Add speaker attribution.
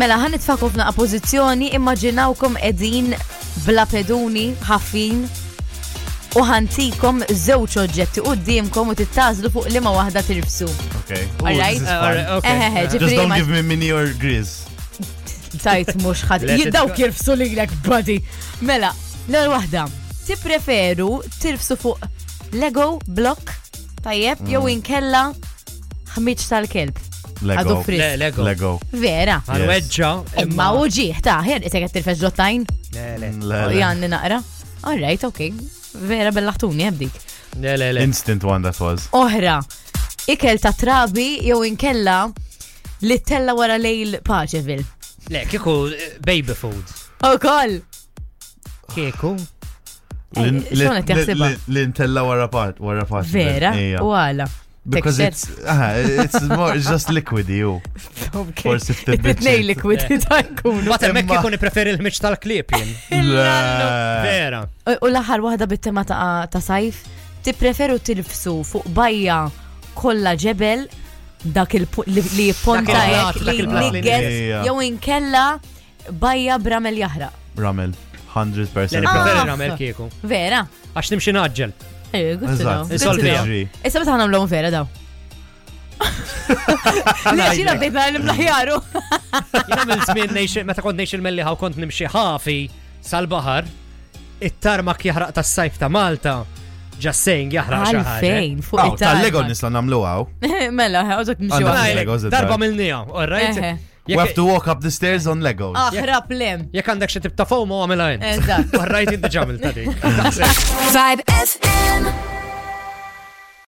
Speaker 1: Mela, ħan nitfaku f'naqa pozizjoni, immaġinawkom edin bla peduni, ħaffin, u ħantikom zewċ oġġetti u d-dimkom u tittazlu fuq li ma wahda tirfsu.
Speaker 2: Okay.
Speaker 1: All right,
Speaker 3: all right, okay.
Speaker 1: Eħe,
Speaker 2: Just don't
Speaker 1: ġifri,
Speaker 2: give me mini or grease.
Speaker 1: tajt mux ħad.
Speaker 3: Let it
Speaker 1: Jiddaw
Speaker 3: go.
Speaker 1: kirfsu li l buddy. Mela, l-għal wahda, ti preferu tirfsu fuq Lego, blok, tajjeb, jew
Speaker 3: Mm.
Speaker 1: inkella ħmiċ tal-kelb. Għadu
Speaker 2: Lego.
Speaker 1: frisk.
Speaker 3: Le- e Lego.
Speaker 2: Lego.
Speaker 1: Vera.
Speaker 3: Għanweġġa.
Speaker 1: Imma uġiħ, taħjer, jisek għed tirfex ġottajn.
Speaker 3: Le, le.
Speaker 2: Le- le.
Speaker 1: Janni naqra. All right, ok. Vera bellaħtuni għabdik.
Speaker 3: Le, le, le.
Speaker 2: Instant one that was.
Speaker 1: Oħra, ikel ta' trabi jew inkella li tella wara lejl Paċevil.
Speaker 3: Le, kiku eh, baby food.
Speaker 1: U koll,
Speaker 3: Kiku.
Speaker 2: Lin-
Speaker 1: Eh, xona
Speaker 2: lin-
Speaker 1: tiħsibha?
Speaker 2: lin- Lintella wara part, wara part.
Speaker 1: vera, Oh,
Speaker 2: Eh,
Speaker 1: u
Speaker 2: yeah.
Speaker 1: għala.
Speaker 2: Because it's, aha, it's more, it's just liquidy, you. forsi ftit
Speaker 1: Bitnej
Speaker 2: bitċet.
Speaker 1: likwid ta' jkunu.
Speaker 3: Water mek
Speaker 2: Imma-
Speaker 3: kiku preferil il-miċ tal-klip jien.
Speaker 2: Le-
Speaker 3: Vera.
Speaker 1: U u l-aħħar waħda bit-tema ta' ta' sajf, tippreferu tilfsu fuq bajja kollha ġebel dak il-pu- li li jipponta
Speaker 3: Dak il-plat,
Speaker 1: hekk
Speaker 3: dak
Speaker 1: li
Speaker 3: il-plat
Speaker 1: li
Speaker 3: li
Speaker 1: għed,
Speaker 2: nirija.
Speaker 1: jew inkella bajja bramel jaħraq.
Speaker 2: Ramel, 100%
Speaker 3: Le, li
Speaker 2: ramel.
Speaker 3: preferi
Speaker 1: Ah.
Speaker 3: namel kiku.
Speaker 1: Vera?
Speaker 3: Għax nimxi naġġel.
Speaker 1: Eh, good to know,
Speaker 2: Eżatt,
Speaker 1: good
Speaker 2: eżatt,
Speaker 1: to know.
Speaker 2: tiġri.
Speaker 1: Issa meta ħanam l-għom vera daw. Lex jina bdejt naħlim laħjaru.
Speaker 3: Jnamil zmin nejxil, meta kont nejxil melli ħaw kont nimxi ħafi sal-bahar. It-tarmak jahraq tas sajf ta' Malta. Just saying jahraq xaħġa.
Speaker 1: Għalfejn, fuq
Speaker 2: Aw,
Speaker 1: it-tarma.
Speaker 2: tal-Lego nisla namlu għaw.
Speaker 1: Mela, għodok mxu
Speaker 2: Għanna-
Speaker 1: għal.
Speaker 2: Legos it-tarm.
Speaker 3: Darba mill-nija, all
Speaker 1: Eħe.
Speaker 3: right?
Speaker 2: We have to walk up the stairs on Legos.
Speaker 1: Aħra plem.
Speaker 3: Jek għandek xie tibta fomo għamela jen.
Speaker 1: Eżatt.
Speaker 3: All right, inti ġamil ta' dik.
Speaker 4: Vibe FM.